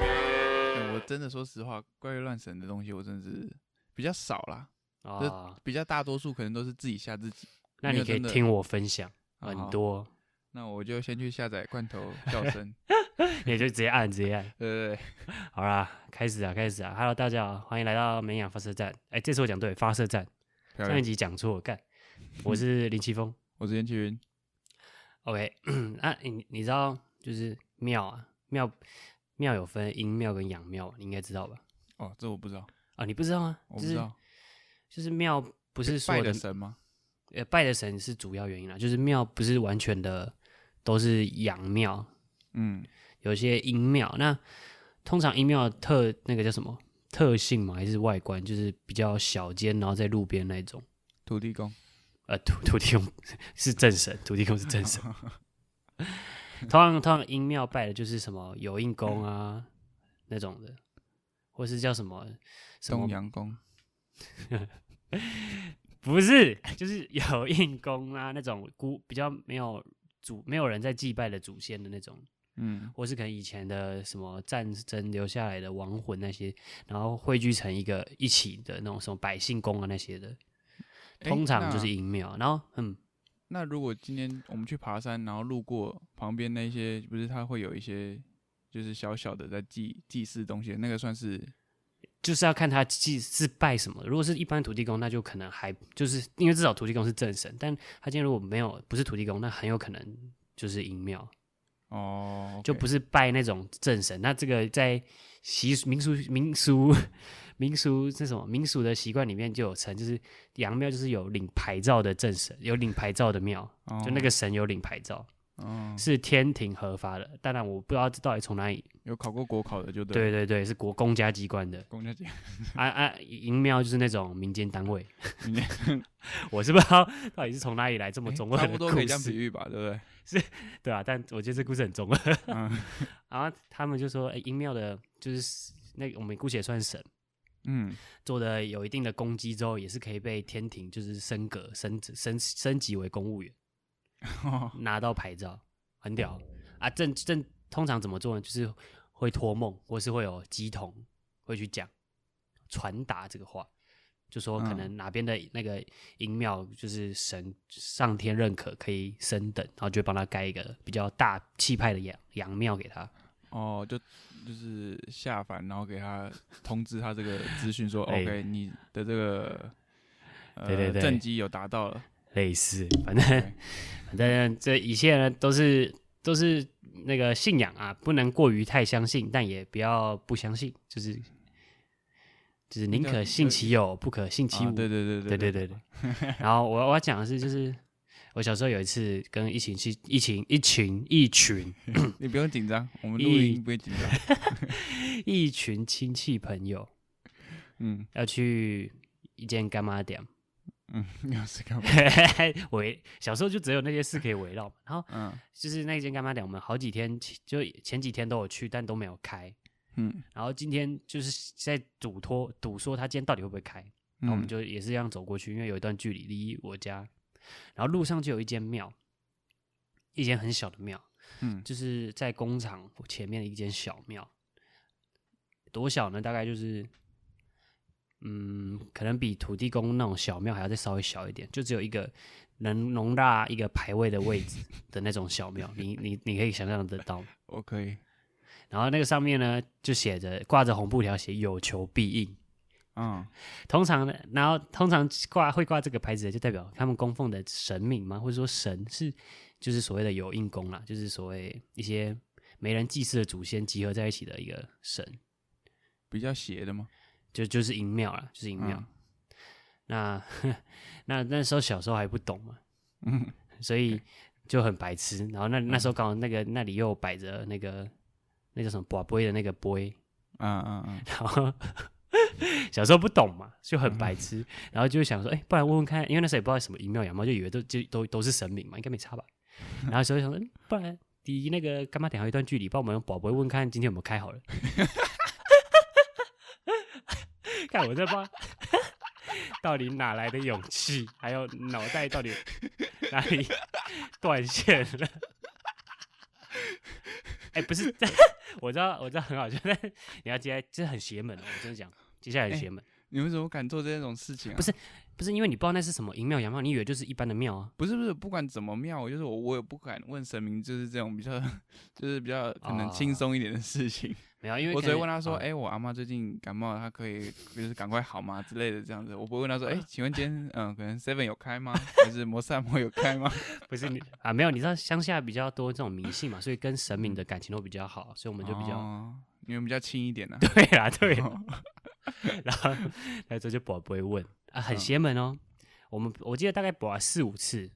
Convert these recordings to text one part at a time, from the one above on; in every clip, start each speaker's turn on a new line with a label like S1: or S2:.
S1: 哎真的说实话，怪力乱神的东西我真的是比较少啦，
S2: 啊，
S1: 比较大多数可能都是自己吓自己。
S2: 那你可以
S1: 真的
S2: 听我分享
S1: 啊
S2: 很
S1: 好
S2: 多，
S1: 那我就先去下载罐头 笑声，
S2: 你就直接按直接按。
S1: 呃，
S2: 好啦，开始啊，开始啊！Hello，大家好，欢迎来到美养发射站。哎、这次我讲对，发射站，
S1: 漂
S2: 上一
S1: 亮。
S2: 集讲 错，干。我是林奇峰。
S1: 我之前去云
S2: OK，啊， 你你知道就是庙啊，庙庙有分阴庙跟阳庙，你应该知道吧？
S1: 哦，这我不知道，
S2: 啊，你不知道吗？
S1: 我不
S2: 就
S1: 知
S2: 是
S1: 道
S2: 就是庙不是所
S1: 拜
S2: 有
S1: 的
S2: 的
S1: 神吗？
S2: 呃拜的神是主要原因啦，就是庙不是完全的都是阳庙，
S1: 嗯，
S2: 有一些阴庙。那通常阴庙的特那个叫什么特性嘛，还是外观，就是比较小间，然后在路边那种。
S1: 土地公。
S2: 呃，土 土地公是正神，土地公是正神。 通常通常阴庙拜的就是什么有印公啊、那种的，或是叫什么什
S1: 东
S2: 么，
S1: 阳宫，
S2: 不是 就是有印公啊那种孤比较没有祖没有人在祭拜的祖先的那种。
S1: 嗯，
S2: 或是可能以前的什么战争留下来的亡魂那些，然后汇聚成一个一起的那种什么百姓宫啊那些的，
S1: 诶
S2: 通常就
S1: 那
S2: 是阴庙。然后嗯，
S1: 那如果今天我们去爬山，然后路过旁边那些，不是它会有一些就是小小的在祭祭祀东西，那个算是
S2: 就是要看他祭是拜什么。如果是一般土地公，那就可能还就是因为至少土地公是正神，但他今天如果没有不是土地公，那很有可能就是阴庙，
S1: 哦，
S2: 就不是拜那种正神。那这个在习俗民俗民俗民俗是什么？民俗的习惯里面就有称，就是阳庙就是有领牌照的正神，有领牌照的庙，
S1: 哦
S2: 就那个神有领牌照，
S1: 嗯，
S2: 是天庭核发的。当然我不知道这到底从哪里，
S1: 有考过国考的就对了，
S2: 对对对，是国公家机关的。
S1: 公家姐，
S2: 啊啊，阴庙就是那种民间单位。
S1: 你
S2: 我是不知道到底是从哪里来这么
S1: 诶
S2: 中二
S1: 哎差不
S2: 的故
S1: 多可以这样比
S2: 事，
S1: 喻吧，对不对？
S2: 对啊，但我觉得这故事很中二。
S1: 嗯
S2: 然后他们就说，哎、阴庙的，就是那个我们姑且算神
S1: 嗯，
S2: 做的有一定的功绩之后，也是可以被天庭就是升格升职升升级为公务员，
S1: 哦
S2: 拿到牌照，很屌啊！正正通常怎么做呢？就是会托梦，或是会有鸡童会去讲传达这个话。就说可
S1: 嗯
S2: 能哪边的那个音庙就是神上天认可可以升等，然后就会帮他盖一个比较大气派的阳阳庙给他。
S1: 哦，就就是下凡，然后给他通知他这个资讯说
S2: 哎
S1: ，OK，你的这个呃
S2: 对对对
S1: 政绩有达到了，
S2: 类似，反正
S1: OK
S2: 反正这一切呢都是都是那个信仰啊，不能过于太相信，但也不要不相信，就是就是宁
S1: 那叫
S2: 可信其有，不可信其
S1: 啊
S2: 无。
S1: 对对对
S2: 对对
S1: 对
S2: 对对。然后我我要讲的是，就是我小时候有一次跟一群去一群一群一群
S1: 你不用紧张，我们录
S2: 一
S1: 音不会紧 张，
S2: 一群亲戚朋友
S1: 嗯
S2: 要去一间干妈店，
S1: 嗯， 你要是干嘛？
S2: 围小时候就只有那些事可以围绕嘛，然后。
S1: 嗯
S2: 就是那间干妈店，我们好几天前就前几天都有去，但都没有开。
S1: 嗯，
S2: 然后今天就是在赌托赌说他今天到底会不会开，然后
S1: 嗯
S2: 我们就也是这样走过去，因为有一段距离离我家，然后路上就有一间庙，一间很小的庙，
S1: 嗯
S2: 就是在工厂前面的一间小庙，多小呢？大概就是，嗯，可能比土地公那种小庙还要再稍微小一点，就只有一个能容纳一个牌位的位置的那种小庙，你你你可以想象得到吗。
S1: 我可以
S2: 然后那个上面呢，就写着挂着红布条，写有求必应。
S1: 嗯，
S2: 通常呢，然后通常挂会挂这个牌子的，就代表他们供奉的神明嘛，或者说神是就是所谓的有应公啦，就是所谓一些没人祭祀的祖先集合在一起的一个神，
S1: 比较邪的吗？
S2: 就就是银庙啦，就是银庙。
S1: 嗯
S2: 那 那那时候小时候还不懂嘛，
S1: 嗯，
S2: 所以就很白痴。然后那那时候刚好那个那里又摆着那个那叫什么宝贝的那个杯，
S1: 啊啊 啊！
S2: 然后 小时候不懂嘛，就很白痴，然后就想说，哎、不然问问看，因为那时候也不知道什么阴庙阳庙，就以为都就都都是神明嘛，应该没差吧。然后所以想说，嗯不然离那个干妈点还有一段距离，帮我们宝贝问看今天有没有开好了。 看我这帮到底哪来的勇气，还有脑袋到底哪里断线了？哎、不是， 我知道，我知道很好笑，但是你要接下来，这很邪门哦，我真的讲，接下来
S1: 哎
S2: 很邪门，
S1: 你们怎么敢做这种事情啊？
S2: 不是不是因为你不知道那是什么阴庙阳庙，你以为就是一般的庙啊？
S1: 不是不是，不管怎么妙，我就是我，我也不敢问神明，就是这种比较， 就是比较可能轻松一点的事情。
S2: 没哦有，因为
S1: 我
S2: 可
S1: 只会
S2: 能
S1: 问他说：“
S2: 啊
S1: 哎、我阿妈最近感冒了，她可以就是赶快好吗？”之类的这样子，我不会问他说：“哎、请问今天嗯，可能 Seven 有开吗？还是摩萨摩有开吗
S2: 不是你啊，没有，你知道乡下比较多这种迷信嘛，所以跟神明的感情都比较好，所以？”我们就比较、
S1: 哦你们比较轻一点呢、啊。
S2: 对啦，对啦然后那时候就宝不会问啊，很
S1: 嗯
S2: 邪门哦。我们我记得大概宝了四五次，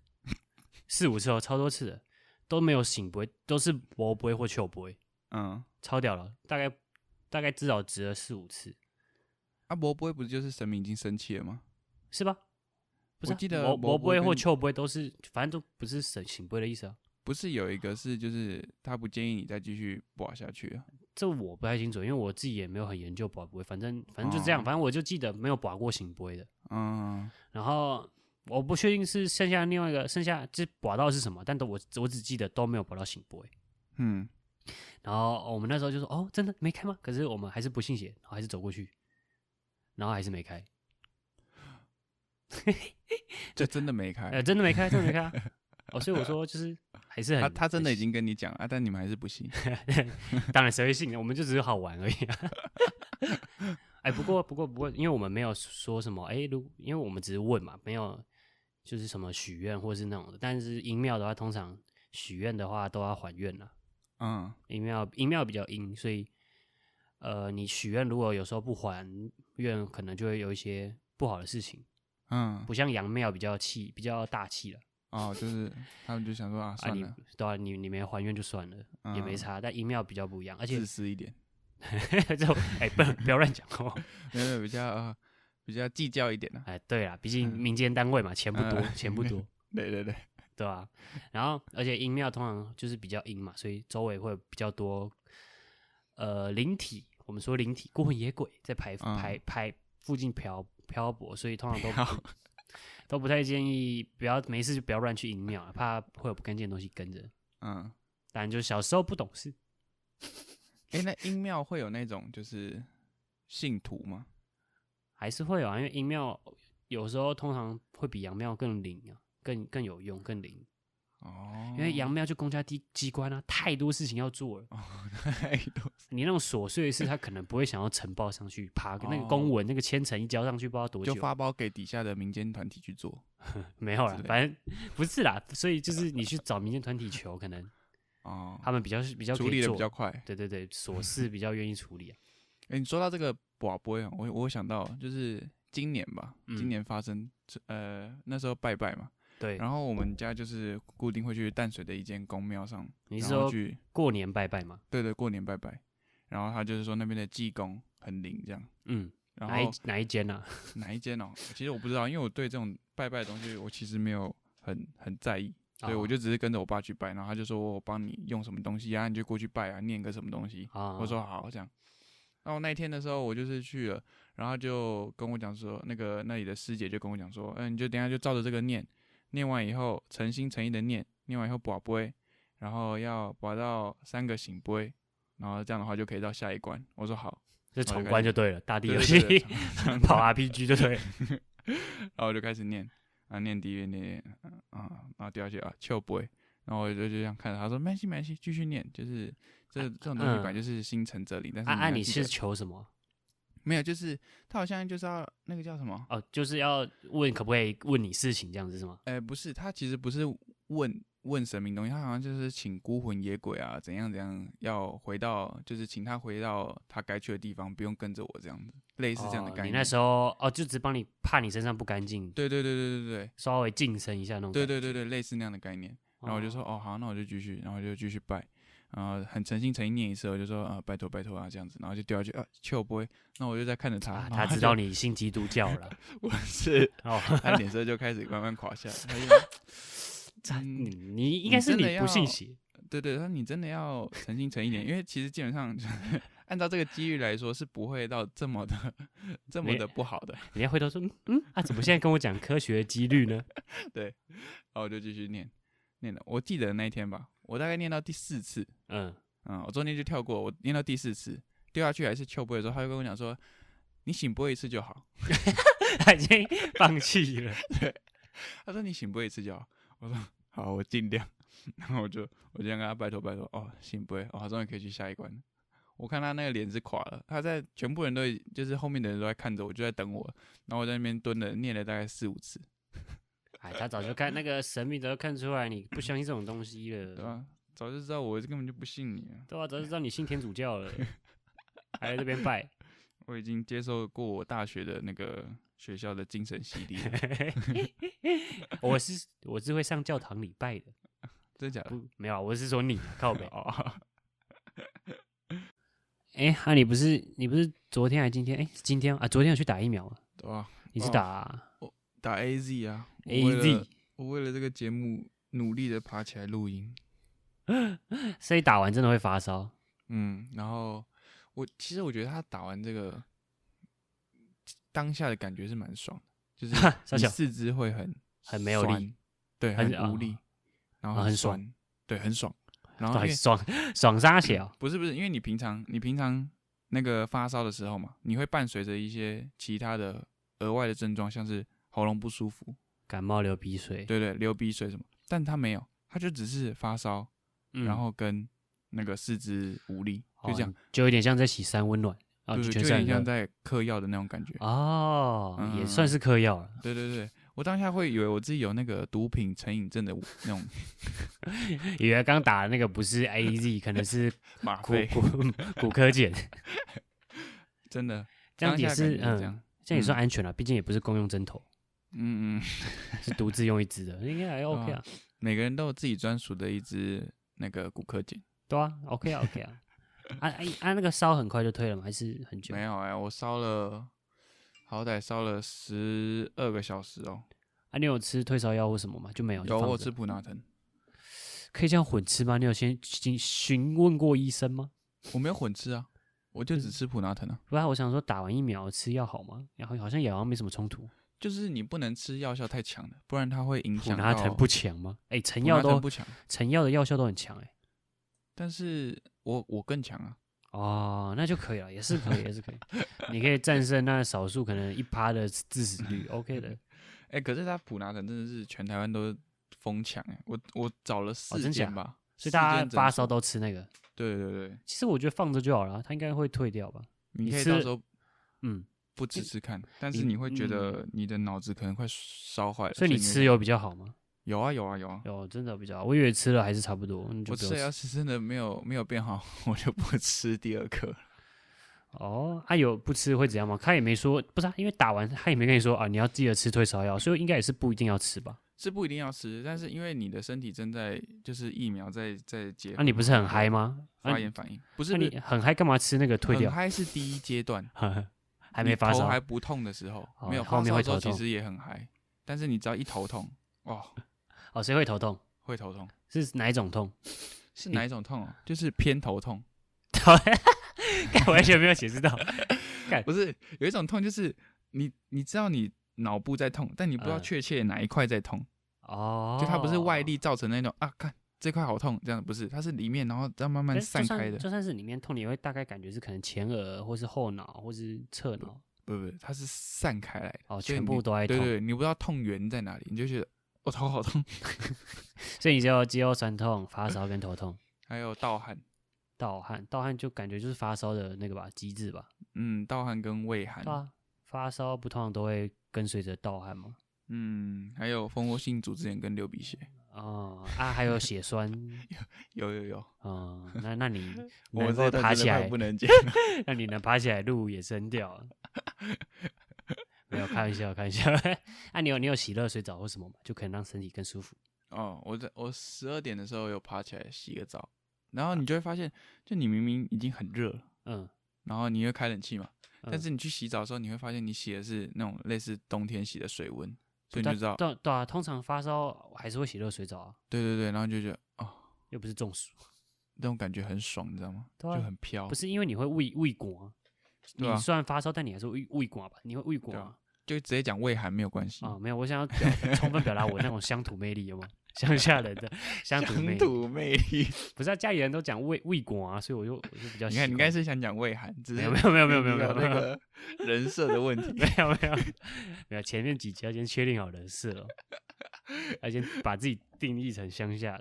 S2: 四五次哦，超多次的都没有醒不会，都是我不会或球不会，
S1: 嗯，
S2: 超屌了，大概大概至少值了四五次，
S1: 阿啊伯不会不就是神明已经生气了吗？
S2: 是吧？不是啊、
S1: 我记得
S2: 我
S1: 我
S2: 我不会
S1: 我
S2: 或
S1: 跟
S2: 球不会都是，反正都不是醒醒不会的意思啊。
S1: 不是有一个是就是他不建议你再继续播下去啊了。
S2: 这我不太清楚，因为我自己也没有很研究宝不会，反正反正就这样，
S1: 哦
S2: 反正我就记得没有宝过醒不会的。
S1: 嗯，
S2: 然后我不确定是剩下另外一个剩下这拔到是什么，但都我我只记得都没有拔到醒波欸。
S1: 嗯，
S2: 然后哦我们那时候就说哦，真的没开吗？可是我们还是不信邪，然后还是走过去，然后还是没开，
S1: 这真的没开。
S2: 呃，真的没开，真的没开、 啊。哦，所以我说就是还是很
S1: 他他真的已经跟你讲了、啊，但你们还是不信。
S2: 当然谁会信呢？我们就只是好玩而已、啊。 哎，不过不过不过，因为我们没有说什么，哎，如因为我们只是问嘛，没有就是什么许愿或是那种的。但是音庙的话，通常许愿的话都要还愿啦。
S1: 嗯，
S2: 音庙音庙比较阴，所以呃，你许愿如果有时候不还愿，可能就会有一些不好的事情。
S1: 嗯，
S2: 不像阳庙比较气，比较大气了
S1: 哦，就是他们就想说啊，
S2: 啊
S1: 算
S2: 你。
S1: 了，
S2: 对啊，你你没还愿就算了，也没
S1: 嗯
S2: 差。但音庙比较不一样，而且
S1: 自私一点，
S2: 这种哎，不要不要乱讲哦。
S1: 没有没有比较、呃比较计较一点呢、啊。
S2: 哎，对啦，毕竟民间单位嘛，钱不多，
S1: 嗯
S2: 钱不多，
S1: 对对对，
S2: 对吧、然后，而且阴庙通常就是比较阴嘛，所以周围会比较多呃灵体，我们说灵体、孤魂野鬼在排
S1: 嗯
S2: 排排附近漂漂泊，所以通常都
S1: 漂
S2: 不都不太建议，不要没事就不要乱去阴庙啊，怕会有不干净的东西跟着。
S1: 嗯，
S2: 当然，就小时候不懂事，
S1: 哎、那阴庙会有那种就是信徒吗？
S2: 还是会有啊，因为阴庙有时候通常会比阳庙更灵啊，更更有用，更灵。
S1: 哦，
S2: 因为阳庙就公家机机关啊，太多事情要做了。
S1: 哦， 太多
S2: 你那种琐碎的事，他可能不会想要呈报上去，爬个那个
S1: 哦
S2: 公文那个千层一交上去，不知道多
S1: 就
S2: 久。
S1: 发包给底下的民间团体去做。
S2: 没有啦
S1: 之类，的
S2: 反正不是啦。所以就是你去找民间团体求，可能
S1: 哦，
S2: 他们比较是比较可以
S1: 处理的
S2: 做
S1: 比较快。
S2: 对对对，琐事比较愿意处理啊。
S1: 哎、你说到这个寡龟啊，我我想到就是今年吧，今
S2: 嗯
S1: 年发生呃那时候拜拜嘛，
S2: 对，
S1: 然后我们家就是固定会去淡水的一间公庙上，
S2: 你是
S1: 然后
S2: 说
S1: 去
S2: 过年拜拜吗？
S1: 对对过年拜拜，然后他就是说那边的济公很灵这样，
S2: 嗯，
S1: 然
S2: 哪一
S1: 后
S2: 哪一间啊？
S1: 哪一间哦？其实我不知道，因为我对这种拜拜的东西我其实没有很很在意。所以我
S2: 哦
S1: 就只是跟着我爸去拜，然后他就说我帮你用什么东西啊，你就过去拜啊，念个什么东西。
S2: 啊，
S1: 我说好这样。然后那一天的时候，我就是去了，然后就跟我讲说，那个那里的师姐就跟我讲说，嗯、你就等一下就照着这个念，念完以后诚心诚意的念，念完以后把杯，然后要把到三个醒杯，然后这样的话就可以到下一关。我说好，
S2: 就闯关就对了，大地
S1: 对
S2: 游
S1: 对对
S2: 戏
S1: 对然
S2: 跑 RPG 就对了。
S1: 后我就开始念啊，念第一遍，念念啊，然后第二句啊，秋杯，然后我就就这样看着他说，没关系没关系，继续念，就是这这种东西
S2: 嗯
S1: 本来就是心诚则灵，但是
S2: 啊啊，
S1: 要
S2: 你
S1: 记得
S2: 是求什么？
S1: 没有，就是他好像就是要那个叫什么？
S2: 哦，就是要问可不可以问你事情这样子是吗？
S1: 哎、不是，他其实不是问问神明东西，他好像就是请孤魂野鬼啊，怎样怎样，要回到就是请他回到他该去的地方，不用跟着我这样子，类似这样的
S2: 哦
S1: 概念。
S2: 你那时候哦，就只帮你怕你身上不干净，
S1: 对对对对对对
S2: 稍微净身一下那种。
S1: 对对对对，类似那样的概念。然后我就说，
S2: 哦，
S1: 哦好，那我就继续，然后就继续拜，然后很诚心诚意念一次，我就说，啊，拜托拜托啊，这样子，然后就掉下去，啊，求不会，那我就在看着他，
S2: 啊，
S1: 然后
S2: 他知
S1: 就
S2: 道你信基督教了
S1: 我是，
S2: 哦，
S1: 他脸色就开始慢慢垮下来，他就嗯
S2: 你你应该是
S1: 真的
S2: 你不信
S1: 要
S2: 邪，
S1: 对对，他说你真的要诚心诚意点，因为其实基本上就是按照这个机遇来说，是不会到这么的这么
S2: 没
S1: 的不好的。
S2: 人家回头说嗯嗯啊，怎么现在跟我讲科学几率呢？
S1: 然后我就继续念，念了，我记得那一天吧，我大概念到第四次，
S2: 嗯，
S1: 嗯，我中间就跳过，我念到第四次掉下去还是秋波的时候，他就跟我讲说，你醒波一次就好。
S2: 他已 经放弃了。
S1: 他说你醒波一次就好。我说好，我尽量。然后我就我就这样跟他拜托拜托，哦，醒波，哦，他终于可以去下一关了。我看他那个脸是垮了，他在全部人都已就是后面的人都在看着我，就在等我。然后我在那边蹲了念了大概四五次，
S2: 哎，他早就看那个神秘，早就看出来你不相信这种东西
S1: 对啊
S2: 了，
S1: 吧？早就知道我根本就不信你了，
S2: 对啊，早就知道你信天主教了，还在这边拜。
S1: 我已经接受过我大学的那个学校的精神洗礼了，
S2: 我是我是会上教堂礼拜的，
S1: 真的假的？
S2: 不没有啊，我是说你靠 北。
S1: 哦，
S2: 哎、啊，你不是你不是昨天还今天？哎、是今天啊，昨天有去打疫苗了？
S1: 对吧？
S2: 你是
S1: 哦
S2: 打、
S1: 打 AZ 啊
S2: A
S1: 我为
S2: Z，
S1: 了我为了这个节目努力的爬起来录音，
S2: 所以打完真的会发烧。
S1: 嗯，然后我其实我觉得他打完这个当下的感觉是蛮爽的，就是
S2: 傻
S1: 你
S2: 小
S1: 四肢会很
S2: 很没有力
S1: 酸，对，
S2: 还
S1: 很
S2: 是啊
S1: 无力，然后
S2: 啊很爽
S1: 酸，对，很爽。然后因
S2: 对，
S1: 为
S2: 爽爽哦沙小，
S1: 不是不是，因为你平常你平常那个发烧的时候嘛，你会伴随着一些其他的额外的症状，像是喉咙不舒服，
S2: 感冒流鼻水，
S1: 对对，流鼻水什么，但他没有，他就只是发烧，
S2: 嗯
S1: 然后跟那个四肢无力，就这样
S2: 哦，就有点像在洗三温暖啊，
S1: 对，就
S2: 全
S1: 有
S2: 身
S1: 点
S2: 很
S1: 像
S2: 热
S1: 在嗑药的那种感觉。
S2: 哦，也算
S1: 嗯
S2: 是嗑药了。
S1: 对对对，我当下会以为我自己有那个毒品成瘾症的那 种
S2: 以为刚打的那个不 是 A Z，可能是
S1: 吗
S2: 骨
S1: 啡，
S2: 骨 骨科碱，
S1: 真的，
S2: 这样
S1: 当
S2: 也
S1: 下感
S2: 是
S1: 觉这样
S2: 嗯，这样也
S1: 嗯
S2: 算安全了，毕竟也不是公用针头，
S1: 嗯嗯，
S2: 是独自用一支的，应该还 OK 啊，
S1: 每个人都有自己专属的一支那个骨科碱。
S2: 对啊 ，OK 啊 OK 啊。啊啊啊！那个烧很快就退了吗？还是很久
S1: 没？有哎、我烧了，好歹烧了十二个小时哦。
S2: 啊，你有吃退烧药或什么吗？就没有，就
S1: 有
S2: 放
S1: 我
S2: 着
S1: 吃普拿疼，
S2: 可以这样混吃吗？你有先询询问过医生吗？
S1: 我没有混吃啊，我就
S2: 嗯
S1: 只吃普拿疼啊。
S2: 不然我想说打完疫苗吃药好吗？然后好像也好像没什么冲突。
S1: 就是你不能吃药效太强的，不然它会影
S2: 普
S1: 响
S2: 拿
S1: 到。
S2: 疼不强吗？哎、成
S1: 普
S2: 药
S1: 拿疼
S2: 都
S1: 不强，
S2: 成药的药效都很强哎、
S1: 但是我我更强啊。
S2: 哦，那就可以了，也是可以，也是可以。你可以战胜那少数可能一趴的致死率 ，OK 的。
S1: 哎、可是他普拿疼真的是全台湾都疯抢哎，我我找了四
S2: 哦真假
S1: 间吧，
S2: 所
S1: 四
S2: 以大
S1: 间
S2: 家
S1: 诊
S2: 发
S1: 所
S2: 烧，都吃那个。
S1: 对对对，
S2: 其实我觉得放着就好了，啊它应该会退掉吧。
S1: 你
S2: 你
S1: 可以
S2: 吃
S1: 到
S2: 了
S1: 时候
S2: 嗯，
S1: 不吃吃看，但
S2: 你
S1: 是你会觉
S2: 嗯
S1: 得你的脑子可能快烧坏了，
S2: 所以你
S1: 会
S2: 吃有比较好吗？
S1: 有啊有啊有啊，
S2: 有，真的比较好。我以为吃了还是差不多，那就
S1: 我
S2: 不
S1: 吃了
S2: 用
S1: 要
S2: 吃。
S1: 是真的没有没有变好， 我就不吃第二颗了。
S2: 哦，啊有不吃会怎样吗？他也没说，不是、啊，因为打完他也没跟你说啊，你要记得吃退烧药，所以应该也是不一定要吃吧？
S1: 是不一定要吃，但是因为你的身体正在就是疫苗在在结
S2: 啊，你不是很嗨吗？啊
S1: 发炎反应，不
S2: 那、
S1: 是不
S2: 你
S1: 是
S2: 很嗨干嘛吃那个退
S1: 很
S2: 掉？
S1: 嗨是第一阶段，
S2: 还
S1: 你
S2: 没发
S1: 头
S2: 烧
S1: 还，不痛的时候，
S2: 哦
S1: 没有
S2: 后
S1: 发
S2: 面
S1: 烧
S2: 会
S1: 的时候
S2: 头
S1: 其
S2: 痛
S1: 实也很嗨，但是你只要一头痛，哦，
S2: 哦，谁会头痛？
S1: 会头痛。
S2: 是哪一种痛？
S1: 是哪一种痛、哦？就是偏头痛，
S2: 干完全没有解释到。哎
S1: 不是有一种痛，就是你你知道你脑部在痛，但你不知道
S2: 嗯
S1: 确切哪一块在痛，
S2: 哦，
S1: 就它不是外力造成那种啊，看这块好痛这样，不是，它是里面然后这样慢慢
S2: 可是哎就
S1: 散
S2: 算
S1: 开的，
S2: 就算是里面痛，你会大概感觉是可能前额或是后脑或是侧脑
S1: 不不，它是散开来的，
S2: 哦，
S1: 所以
S2: 全
S1: 你
S2: 部都在
S1: 对
S2: 痛，
S1: 对，你不知道痛源在哪里，你就觉得我、哦头好痛，
S2: 所以你就要肌肉酸痛、发烧跟头痛。
S1: 还有盗汗，
S2: 盗汗，盗汗就感觉就是发烧的那个吧机制吧，
S1: 嗯，盗汗跟畏寒
S2: 对，啊，发烧不通常都会跟随着盗汗吗？
S1: 嗯，还有蜂窝性组织炎跟流鼻血，
S2: 哦啊，还有血栓，
S1: 有有有，
S2: 哦，那那你
S1: 我
S2: 能
S1: 这
S2: 够
S1: 段
S2: 爬
S1: 真的
S2: 起
S1: 快
S2: 来
S1: 不，能 讲，
S2: 那你能爬起来录也真屌啊。没有开玩笑，开玩笑。 啊，你有你有洗热水澡或什么吗？就可能让身体更舒服。
S1: 哦，我在我十二点的时候有爬起来洗个澡，然后你就会发现，就你明明已经很热了，
S2: 嗯，
S1: 然后你会开冷气嘛，但
S2: 嗯
S1: 是你去洗澡的时候，你会发现你洗的是那种类似冬天洗的水温，所以你
S2: 对
S1: 就知道，
S2: 对对啊，通常发烧还是会洗热水澡啊，
S1: 对对对，然后你就觉得哦，
S2: 又不是中暑，
S1: 那种感觉很爽，你知道吗？
S2: 对啊
S1: 就很飘
S2: 不，是因为你会胃胃管啊，
S1: 对
S2: 你
S1: 啊
S2: 虽然发烧，但你还是会胃胃管吧？你会胃管
S1: 对啊
S2: 啊，
S1: 就直接讲胃寒没有关系。
S2: 啊、没有，我想要表 充分表达我那种乡土魅力，有 吗？乡下 人的乡土魅
S1: 乡
S2: 力，
S1: 土魅力，
S2: 不是、啊、家里人都讲魏魏国啊，所以我就我就比较
S1: 你
S2: 习
S1: 看
S2: 惯。
S1: 你应该是想讲胃寒，只
S2: 没
S1: 是
S2: 有没有没有没有没有没
S1: 有 那
S2: 有没有
S1: 个人设的问题。
S2: 没有没有没有，前面几集要先确定好人设了，要先把自己定义成乡下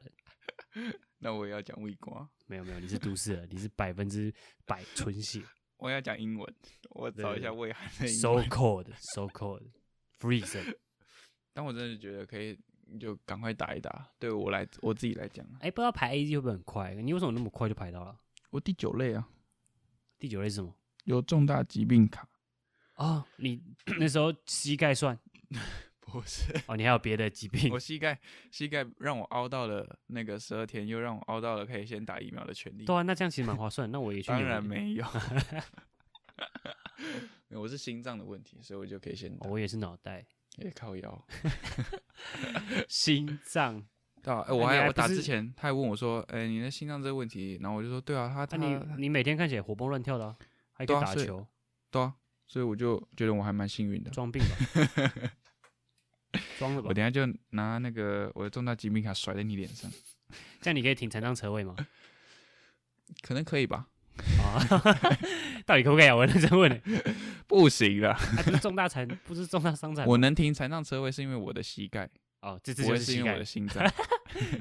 S2: 人。
S1: 那我也要讲胃瓜，
S2: 没有没有，你是都市人，你是百分之百纯 血
S1: 我要讲英文，我
S2: 对
S1: 找
S2: 对
S1: 一下
S2: 对
S1: 胃寒的英
S2: ，so
S1: 文。
S2: cold so cold freezing。
S1: 但我真的觉得可以，你就赶快打一打。对我来，我自己来讲啊，
S2: 哎、不知道排 A G 会不会很快？你为什么那么快就排到了？
S1: 我第九类啊，
S2: 第九类是什么？
S1: 有重大疾病卡，
S2: 哦，你 那时候膝盖算
S1: 不是。
S2: 哦，你还有别的疾病
S1: 我？膝盖膝盖让我凹到了那个十二天，又让我凹到了可以先打疫苗的权利。
S2: 对啊，那这样其实蛮划算。那我也去
S1: 当
S2: 纽
S1: 然
S2: 约、
S1: 没有， 没有我是心脏的问题，所以我就可以先打
S2: 哦，，我也是脑袋、
S1: 也靠腰。
S2: 心 脏。
S1: 对啊，哎
S2: 那
S1: 我
S2: 你还
S1: 还
S2: 不
S1: 我打
S2: 是
S1: 之前，他还问我说：“哎，你的心脏这个问题？”然后我就说：“对啊，他
S2: 那、
S1: 他
S2: 你你每天看起来活蹦乱跳的、啊，还可
S1: 对
S2: 以
S1: 啊
S2: 打
S1: 所以
S2: 球，
S1: 对啊。”所以我就觉得我还蛮幸运的。
S2: 装病吧， 装了吧
S1: 我。等一下就拿那个我的重大疾病卡甩在你脸上，
S2: 这样你可以停残障车位吗？
S1: 可能可以吧？
S2: 啊，到底可不可以啊？我认真问你、
S1: 不行了，
S2: 还不是重大残，不是重大伤残吗。
S1: 我能停残障车位是因为我的膝盖，
S2: 哦，这这
S1: 不
S2: 就
S1: 会
S2: 是
S1: 是
S2: 膝
S1: 因为
S2: 盖
S1: 我的
S2: 了，
S1: 心 脏。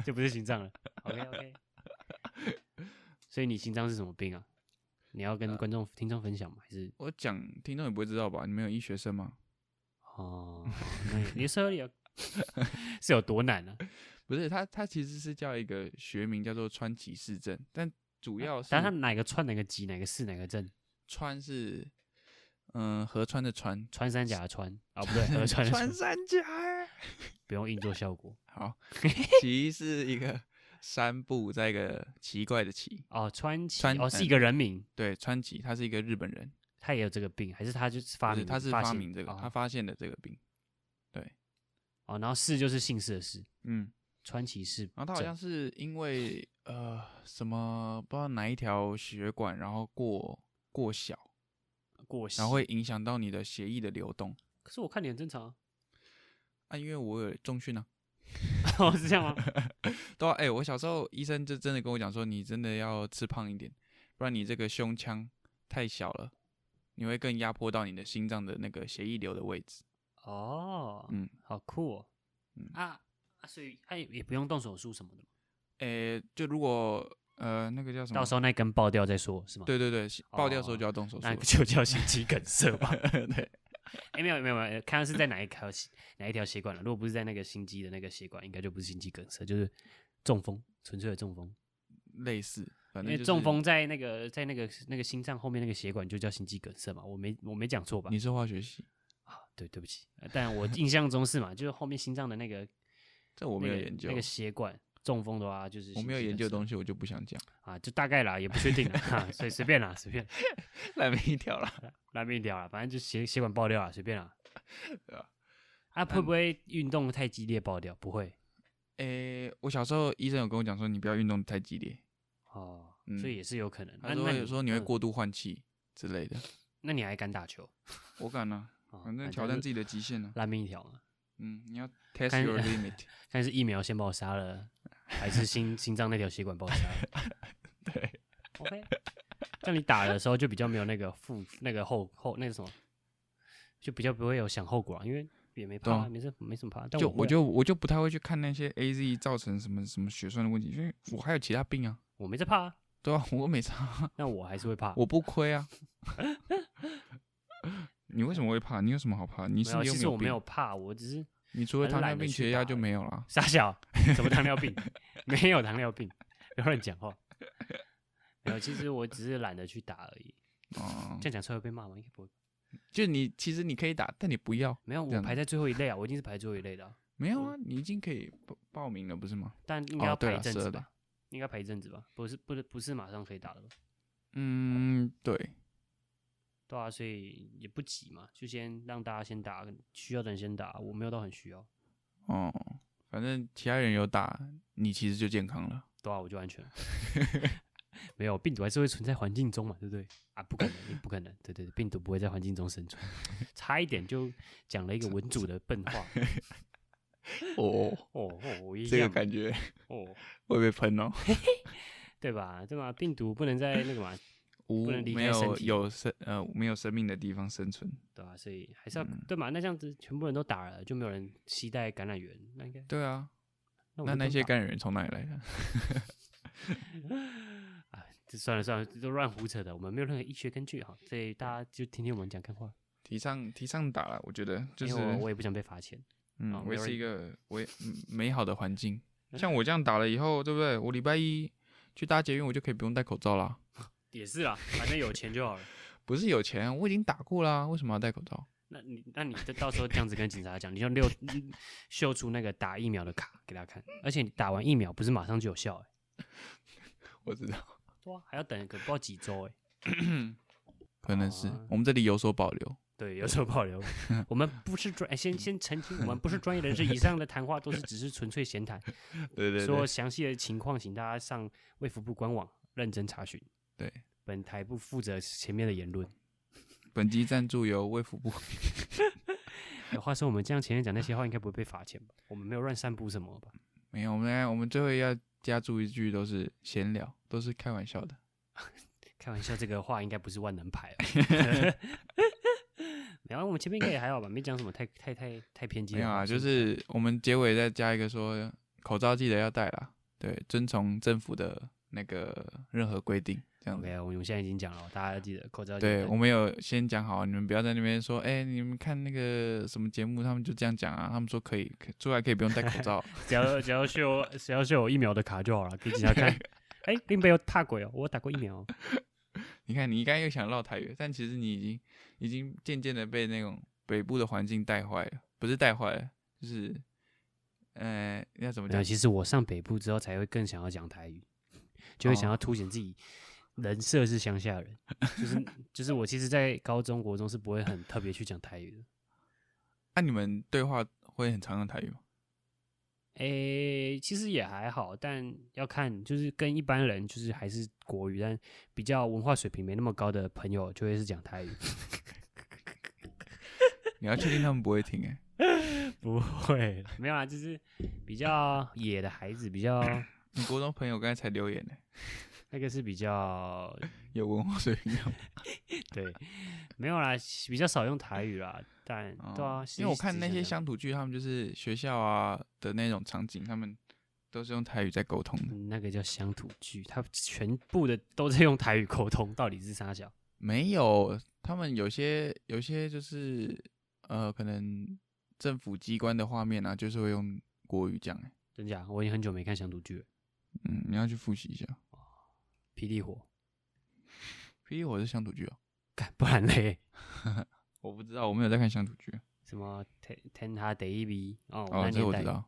S2: 就不是心脏了。OK OK。所以你心脏是什么病啊？你要
S1: 呃
S2: 跟观众、听众分享吗？还是
S1: 我讲听众也不会知道吧？你们有医学生吗？
S2: 哦，那 也你的车里有是有多难呢、啊？
S1: 不是，他他其实是叫一个学名叫做川崎市症，但主要是
S2: 但他哪个川哪个吉哪个市哪个镇？
S1: 川是嗯、河川的川，
S2: 穿山甲的穿啊、 不对，河川的川
S1: 穿，山甲 欸。
S2: 不用硬做效果
S1: 好，奇是一个山部，在一个奇怪的奇，
S2: 哦。川崎
S1: 川
S2: 哦是一
S1: 嗯
S2: 个人名，
S1: 对，川崎，他是一个日本人，
S2: 他也有这个病，还是他就是
S1: 不
S2: 发
S1: 是
S2: 明的？
S1: 他是
S2: 发
S1: 发
S2: 现
S1: 明这个，
S2: 哦
S1: 他发现的这个病，
S2: 哦，然后氏就是姓氏的氏，
S1: 嗯，
S2: 川崎氏。
S1: 然后他好像是因为呃什么不知道哪一条血管，然后过过小，
S2: 过膝
S1: 然后会影响到你的血液的流动。
S2: 可是我看你很正常啊。
S1: 啊，因为我有重训啊，
S2: 哦，是这样吗？
S1: 对啊，哎、我小时候医生就真的跟我讲说，你真的要吃胖一点，不然你这个胸腔太小了，你会更压迫到你的心脏的那个血液流的位置。
S2: 哦，
S1: 嗯，
S2: 好酷哦。
S1: 嗯
S2: 啊啊，所以哎、也不用动手术什么的嘛，
S1: 哎、就如果呃那个叫什么
S2: 到，时候那根爆掉再说，是吗？，
S1: 对对对，爆掉的时候
S2: 哦
S1: 就要动手术
S2: 那
S1: 了。
S2: 就叫心肌梗塞吧。
S1: 对，
S2: 哎、没有没有没有，看是在哪一条血哪一条血管了。如果不是在那个心肌的那个血管，应该就不是心肌梗塞，就是中风，纯粹的中风。
S1: 类似，反
S2: 因
S1: 正、就
S2: 为
S1: 是、
S2: 中，风在那个在那个那个心脏后面那个血管就叫心肌梗塞嘛，我没我没讲错吧？
S1: 你是化学系，
S2: 啊，对对不起，呃但我印象中是嘛，就是后面心脏的那个
S1: 这我没
S2: 那
S1: 有
S2: 个
S1: 研究，
S2: 那个血管中风的话，就是
S1: 我没有研究的
S2: 西
S1: 东西，我就不想 讲，
S2: 啊，就大概啦，也不确定啦， 哈所以随便啦，随便
S1: 烂命一 条啦。
S2: 拉面掉啦，反正就血血管爆掉啦，随便啦。
S1: 对啊
S2: 啊，会不会运动太激烈爆掉？不会
S1: 哎、我小时候医生有跟我讲说，你不要运动太激烈，
S2: 哦，
S1: 嗯
S2: 所以也是有可能。
S1: 他
S2: 啊那
S1: 说有时候你会
S2: 嗯
S1: 过度换气之类的。
S2: 那你还敢打球？
S1: 我敢啊。
S2: 哦
S1: 反正挑战自己的极限呢、
S2: 拉面一条嘛，
S1: 嗯，你 要 test
S2: 看
S1: your limit。
S2: 看是疫苗先把我杀了，还是心心脏那条血管把我杀了
S1: 对，
S2: ？OK，这样你打的时候就比较没有那个负那个后后那个什么，就比较不会有想后果啊，因为也没怕
S1: 对
S2: 啊，
S1: 啊
S2: 没事没什么 怕。但
S1: 就
S2: 我
S1: 我
S2: 就
S1: 就我就不太会去看那些 A Z 造成什么什么血栓的问题，因为我还有其他病啊。
S2: 我没在怕啊，
S1: 对啊，我没差，
S2: 那我还是会怕。
S1: 我不亏 啊。 你为什么会怕？你有什么好怕？你
S2: 没
S1: 是
S2: 有，啊
S1: 不是
S2: 其
S1: 又
S2: 实我没
S1: 病
S2: 有，怕，我只是
S1: 你除了
S2: 很
S1: 糖
S2: 懒
S1: 尿
S2: 得
S1: 病、
S2: 去
S1: 血压
S2: 打
S1: 就
S2: 而已
S1: 没有啦。
S2: 傻小，什么糖尿病？ 没有糖尿病，不要乱讲话。没有，其实我只是懒得去打而已。
S1: 哦
S2: 这，样讲出来会被骂吗？应该不会。
S1: 就你其实你可以打，但你不要。
S2: 没有，
S1: 这
S2: 我
S1: 样
S2: 排在最后一类啊，我一定是排最后一类的啊、
S1: 没有啊，你已经可以报报名了，不是吗？
S2: 但应该要
S1: 哦对
S2: 排
S1: 啊
S2: 一阵
S1: 是
S2: 子
S1: 的
S2: 吧？应该排一阵子吧？不是，不是，不是马上可以打的吧？
S1: 嗯，对，
S2: 对啊，所以也不急嘛，就先让大家先打，需要的人先打。我没有到很需要，
S1: 哦，反正其他人有打，你其实就健康了。
S2: 对啊，我就安全了。 没有病毒还是会存在环境中嘛，对不对？啊，不可能，不可能，对对对，病毒不会在环境中生存， 差一点就讲了一个文主的笨 话，
S1: 哦，
S2: 哦哦，一
S1: 这个
S2: 样
S1: 感觉
S2: 哦，
S1: 会被喷哦。
S2: 对吧？对吧？病毒不能在那个嘛，
S1: 无
S2: 不能离
S1: 没
S2: 开身
S1: 有
S2: 体
S1: 有生呃没有生命的地方生存。
S2: 对吧、所以还是要、对嘛？那这样子全部人都打了，就没有人携带感染源，那应该
S1: 对啊，
S2: 那我
S1: 那
S2: 们
S1: 那
S2: 都
S1: 些
S2: 打
S1: 感染源从哪里来的？
S2: 啊，这算了算了，这都乱胡扯的，我们没有任何医学根据哈，所以大家就听听我们讲干话。
S1: 提倡提倡打了，我觉得就是
S2: 因为我我也不想被罚钱，哦
S1: 嗯，
S2: 没
S1: 维
S2: 有
S1: 持
S2: 人
S1: 一个维嗯美好的环境。像我这样打了以后，对不对？我礼拜一去搭捷运，我就可以不用戴口罩啦。
S2: 也是啦，反正有钱就好了。
S1: 不是有钱，我已经打过啦，为什么要戴口罩？
S2: 那你那你就到时候这样子跟警察讲，你就六嗯秀出那个打疫苗的卡给他看，而且你打完疫苗不是马上就有效、欸，
S1: 我知道，
S2: 对啊，还要等个不知道几周哎、
S1: 可能是
S2: 哦
S1: 我们这里有所保留。
S2: 对，有所保 留。我们不是专、哎先先澄清，我们不是专业人士，以上的谈话都是只是纯粹闲谈。
S1: 对对
S2: 说
S1: 对，
S2: 详细的情况，请大家上卫福部官网认真查询。
S1: 对，
S2: 本台不负责前面的言论。
S1: 本集赞助由卫福部。
S2: 哎话说，我们这样前面讲那些话，应该不会被罚钱吧？我们没有乱散布什么吧？
S1: 没有，我们来我们最后要加注一句，都是闲聊，都是开玩笑的。
S2: 开玩笑，这个话应该不是万能 牌、啊。然后我们前面应该也还好吧，没讲什么太太太太偏激的
S1: 没有
S2: 话
S1: 啊，就是我们结尾再加一个说，口罩记得要戴啦，对，遵从政府的那个任何规定，这样子。
S2: OK，我们现在已经讲了，大家要记得口罩要记得
S1: 对，
S2: 戴。
S1: 我们有先讲好，你们不要在那边说，哎、你们看那个什么节目，他们就这样讲啊，他们说可以可以出来可以不用戴口 罩，
S2: 只要只要秀只要秀有疫苗的卡就好了，给警察 看。哎、林北有怕鬼哦，我打过疫苗哦、
S1: 你看你应该又想绕太远，但其实你已经已经渐渐的被那种北部的环境带坏了，不是带坏了，就是，呃，要怎么
S2: 对，
S1: 讲？
S2: 其实我上北部之后才会更想要讲台语，就会
S1: 哦
S2: 想要凸显自己人设是乡下人，就是 就是我其实，在高中国中是不会很特别去讲台语的。
S1: 那、你们对话会很常用台语吗？
S2: 诶、其实也还好，但要看就是跟一般人就是还是国语，但比较文化水平没那么高的朋友就会是讲台 语，
S1: 你要确定他们不会听、哎，
S2: 不会没有啊，就是比较野的孩子，比较
S1: 你国中朋友刚才才留言呢、
S2: 那个是比较
S1: 有文化水平啊的 吗，
S2: 对，没有啦，比较少用台语啦，但、对啊
S1: 哦，因为我
S2: 实
S1: 看
S2: 际
S1: 那
S2: 想
S1: 些
S2: 想
S1: 乡土剧，他们就是学校啊的那种场景，他们都是用台语在沟通的。
S2: 嗯那个叫乡土剧，它全部的都在用台语沟通，到底是啥小？
S1: 没有，他们有些有些就是呃，可能政府机关的画面啊，就是会用国语讲、欸。
S2: 真假？我已经很久没看乡土剧了。
S1: 嗯，你要去复习一下。
S2: 霹雳火，
S1: 霹雳火是乡土剧哦，
S2: 干不然嘞？
S1: 我不知道，我没有在看乡土剧。
S2: 什么天天他得一比哦，我
S1: 哦
S2: 那，
S1: 这
S2: 年
S1: 我知
S2: 代
S1: 道。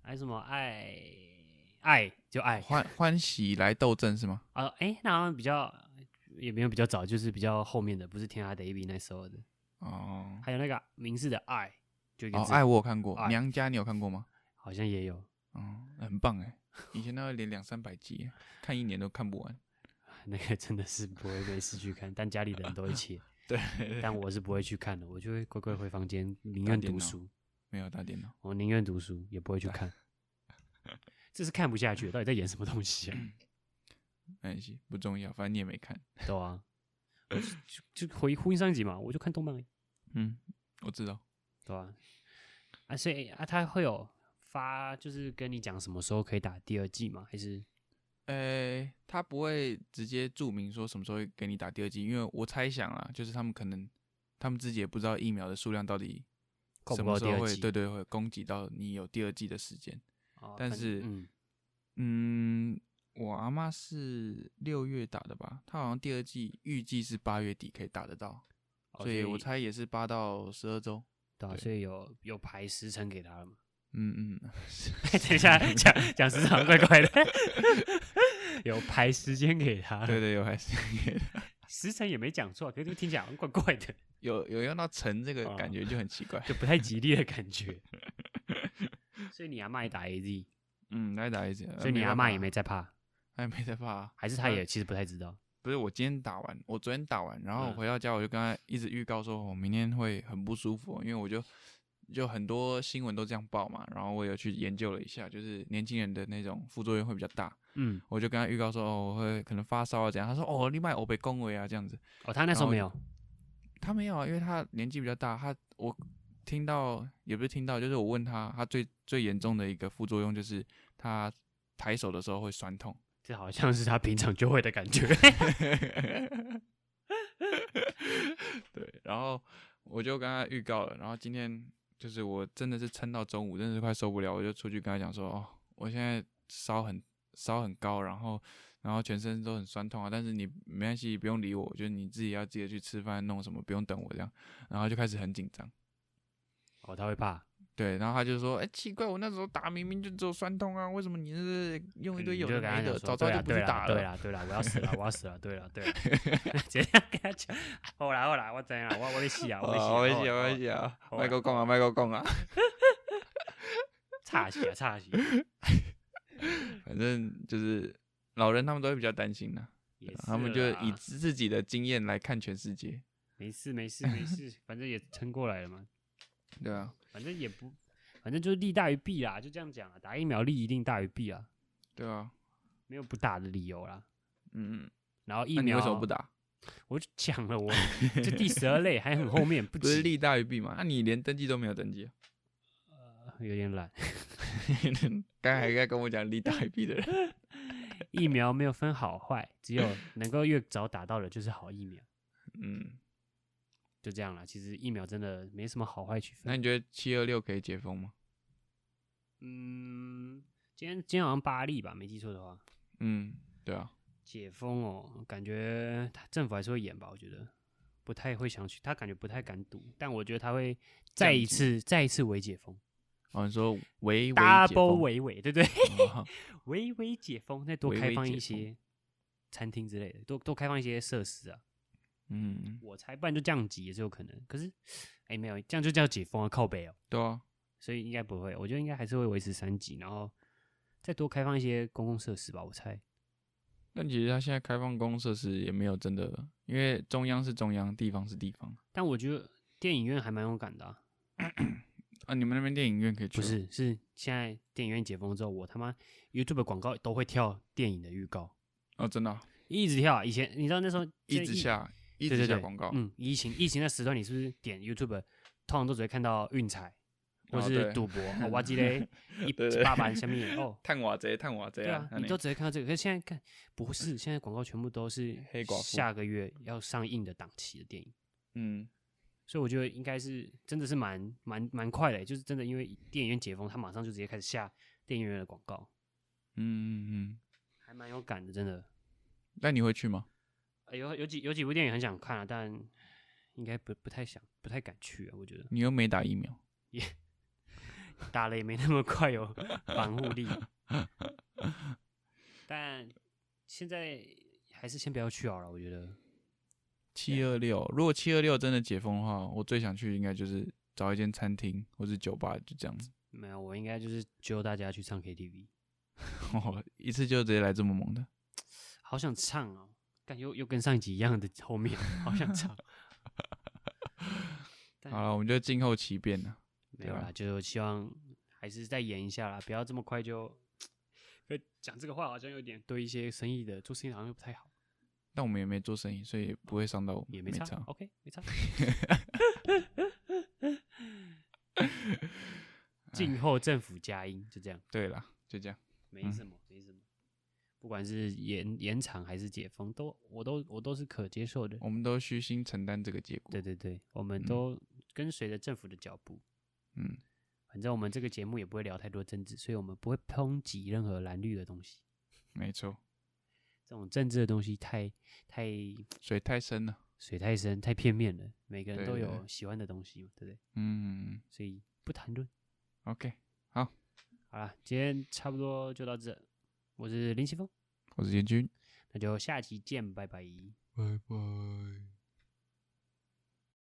S2: 还有什么爱爱就爱
S1: 欢欢喜来斗阵是吗？
S2: 啊？哎、那好像比较也没有比较早，就是比较后面的，不是天他得一比那时候的。
S1: 哦，
S2: 还有那个啊明示的爱，就一个
S1: 哦，
S2: 字，
S1: 爱我有看过，
S2: 爱
S1: 娘家你有看过吗？
S2: 好像也有。
S1: 哦，很棒哎，以前那会连两三百集欸，看一年都看不完。
S2: 那个真的是不会没事去看，但家里 人都会切，
S1: 对，
S2: 但我是不会去看的，我就会乖乖回房 间，宁
S1: 打
S2: 愿
S1: 电
S2: 读
S1: 脑
S2: 书。
S1: 没有打电脑。
S2: 我宁愿读书也不会去 看，这是看不下去的，到底在演什么东西 啊？
S1: 没关系，不重要，反正你也没看。
S2: 对啊，我就就回呼应上一集嘛，我就看动漫而已，
S1: 嗯，我知道。
S2: 对吧、啊？所以啊，他会有发，就是跟你讲什么时候可以打第二季吗？还是
S1: 呃、他不会直接注明说什么时候会给你打第二剂，因为我猜想啊，就是他们可能他们自己也不知道疫苗的数量到底
S2: 够
S1: 什
S2: 不
S1: 么
S2: 够
S1: 时
S2: 第
S1: 候
S2: 二
S1: 会，
S2: 季？
S1: 对对，会供给到你有第二季的时间。
S2: 哦，
S1: 但
S2: 反
S1: 是
S2: 嗯，
S1: 嗯，我阿妈是六月打的吧，她好像第二季预计是八月底可以打得到，
S2: 哦
S1: 所以我猜也是八到十二周。
S2: 对啊，
S1: 对
S2: 所以有有排时辰给他 了嘛？
S1: 嗯嗯，
S2: 等一下讲讲时长怪怪的， 有排时间给他 了，
S1: 对对，有还是
S2: 时辰也没讲错，可是就听起来好像怪怪的。
S1: 有有用到成这个
S2: 哦
S1: 感觉就很奇怪。
S2: 就不太吉利的感 觉。所以你阿妈也打 AZ，
S1: 嗯，来打一针，呃
S2: 所以你
S1: 没
S2: 阿
S1: 办法
S2: 妈也没在怕。
S1: 哎，没得怕、啊。
S2: 还是他也其实不太知道？
S1: 不是我今天打完，我昨天打完，然后我
S2: 嗯
S1: 回到家我就跟他一直预告说，我明天会很不舒服，因为我就就很多新闻都这样报嘛，然后我有去研究了一下，就是年轻人的那种副作用会比较大，
S2: 嗯，
S1: 我就跟他预告说，哦，我会可能发烧啊怎样，他说，哦，你买欧北恭维啊这样子，
S2: 哦，他那时候没有，
S1: 他没有啊，因为他年纪比较大，他我听到也不是听到，就是我问他，他最最严重的一个副作用就是他抬手的时候会酸痛。
S2: 这好像是他平常就会的感觉。
S1: 对，然后我就跟他预告了，然后今天就是我真的是撑到中午，真的是快受不了，我就出去跟他讲说，哦，我现在烧很烧很高，然后然后全身都很酸痛啊，但是你没关系，不用理我，就是你自己要记得去吃饭弄什么，不用等我这样，然后就开始很紧张。
S2: 哦，他会怕，
S1: 对，然后他就说：“哎、奇怪，我那时候打明明就只有酸痛啊，为什么你是用一堆
S2: 你
S1: 有
S2: 就
S1: 的
S2: 跟他
S1: 没
S2: 讲
S1: 的，
S2: 说
S1: 早知道就
S2: 对啦
S1: 不去
S2: 对
S1: 打
S2: 啦，
S1: 了。
S2: 对啦，啊对啦，我要死了，我要死了，对 啦，对啦， 直接跟他讲，好啦好啦，我怎样，我我会死啊，我会死啊，
S1: 啊，危险，
S2: 好啦
S1: 危，险啊！
S2: 好啦
S1: 麦克讲啊，麦克讲啊！
S2: 差死啊，差死啊，
S1: 反正就是老人他们都会比较担心呢、
S2: 也是
S1: 他们就
S2: 啦
S1: 以自自己的经验来看全世界，
S2: 没事没事没事，反正也撑过来了嘛，
S1: 对啊，
S2: 反正也不，反正就是利大于弊啦，就这样讲啊，打疫苗利一定大于弊啊，
S1: 对啊，
S2: 没有不打的理由啦。
S1: 嗯，嗯
S2: 然后疫
S1: 那你
S2: 苗
S1: 为什么不？打？
S2: 我就讲了，我 这第十二类还很后面，不
S1: 不是
S2: 急，
S1: 利大于弊嘛？那、你连登记都没有登记、 啊，
S2: 有点懒。
S1: 刚才还在跟我讲利大于弊的 人，
S2: 疫苗没有分好坏，只有能够越早打到的就是好疫苗，
S1: 嗯，
S2: 就这样啦。其实疫苗真的没什么好坏区
S1: 那
S2: 分。
S1: 你觉得七二六可以解封吗？
S2: 嗯，今天今天好像八例吧，没记错的话，
S1: 嗯，对啊，
S2: 解封哦，感觉他政府还是会演吧，我觉得不太会想去，他感觉不太敢赌，但我觉得他会再一
S1: 降级
S2: 次再一次微解封
S1: 哦，你说维维解
S2: ，double
S1: 封，
S2: 微微，对不 对？
S1: 哦
S2: 微微解封，再多
S1: 微
S2: 开
S1: 微
S2: 放
S1: 解
S2: 一
S1: 封
S2: 些餐厅之类的，多多开放一些设施啊。
S1: 嗯，
S2: 我才不然就降级也是有可能。可是，哎、没有，这样就叫解封啊，靠北哦，
S1: 对啊，
S2: 所以应该不会。我觉得应该还是会维持三级，然后再多开放一些公共设施吧，我猜。
S1: 但其实他现在开放公共设施也没有真的，因为中央是中央，地方是地方
S2: 但我觉得电影院还蛮勇敢的、啊，
S1: 啊。你们那边电影院可以去？
S2: 不，是？是现在电影院解封之后，我他妈 YouTube 的广告都会跳电影的预告，
S1: 哦，真的啊、
S2: 一直跳啊。以前你知道那时候
S1: 一
S2: 在
S1: 直
S2: 疫
S1: 下，一
S2: 对
S1: 直
S2: 对
S1: 下
S2: 对
S1: 广告，
S2: 嗯，疫情疫情的时段，你是不是点 YouTube 通常都只会看到运彩或
S1: 哦
S2: 是
S1: 对
S2: 赌博，哦、我记得
S1: 对
S2: 一
S1: 对
S2: 八百下面哦。
S1: 探瓦贼，探瓦贼
S2: 对啊，
S1: 那
S2: 你都直接看到这个。可是现在看不是，现在广告全部都是
S1: 黑寡妇
S2: 下个月要上映的档期的电影，
S1: 嗯，
S2: 所以我觉得应该是真的是蛮蛮蛮快的欸、就是真的因为电影院解封，他马上就直接开始下电影院的广告，
S1: 嗯嗯嗯，
S2: 还蛮有感的，真的。
S1: 那你会去吗？
S2: 呃有有几有几部电影很想看啊，但应该不不太想不太敢去、啊，我觉得
S1: 你又没打疫苗，
S2: 打了也没那么快有防护 力，但现在还是先不要去好了，我觉得。
S1: 七二六，如果七二六真的解封的话，我最想去应该就是找一间餐厅或是酒吧，就这样子，
S2: 没有，我应该就是揪大家去唱 KTV。
S1: 哦，一次就直接来这么猛的，
S2: 好想唱哦，感又又跟上一集一样的 后面，好想 唱。但
S1: 好了，我们就静候其变了。
S2: 没有
S1: 对啊
S2: 啦，就希望还是再演一下啦，不要这么快就。可讲这个话好像有点对一些生意的做生意好像又不太好，
S1: 但我们也没做生意，所以不会伤到我们，
S2: 也没差
S1: 差。
S2: o k 没差。 静候政府佳音，就这样，
S1: 对啦，就这样。
S2: 没
S1: 嗯
S2: 什么，没什么。不管是延延长还是解封，都我都我都是可接受的。
S1: 我们都虚心承担这个结果。
S2: 对对对，我们
S1: 嗯
S2: 都跟随着政府的脚步。
S1: 嗯，
S2: 反正我们这个节目也不会聊太多政治，所以我们不会抨击任何蓝绿的东西。
S1: 没错，
S2: 这种政治的东西太太
S1: 水太深了。
S2: 水太深、太片面了，每个人
S1: 对
S2: 都
S1: 对
S2: 有
S1: 对
S2: 喜欢的东西嘛，对不对？
S1: 嗯
S2: 所以不谈论。
S1: ，OK，
S2: 好啦，今天差不多就到这，我是林奇峰，
S1: 我是严军，
S2: 那就下期见，拜拜。
S1: 拜拜。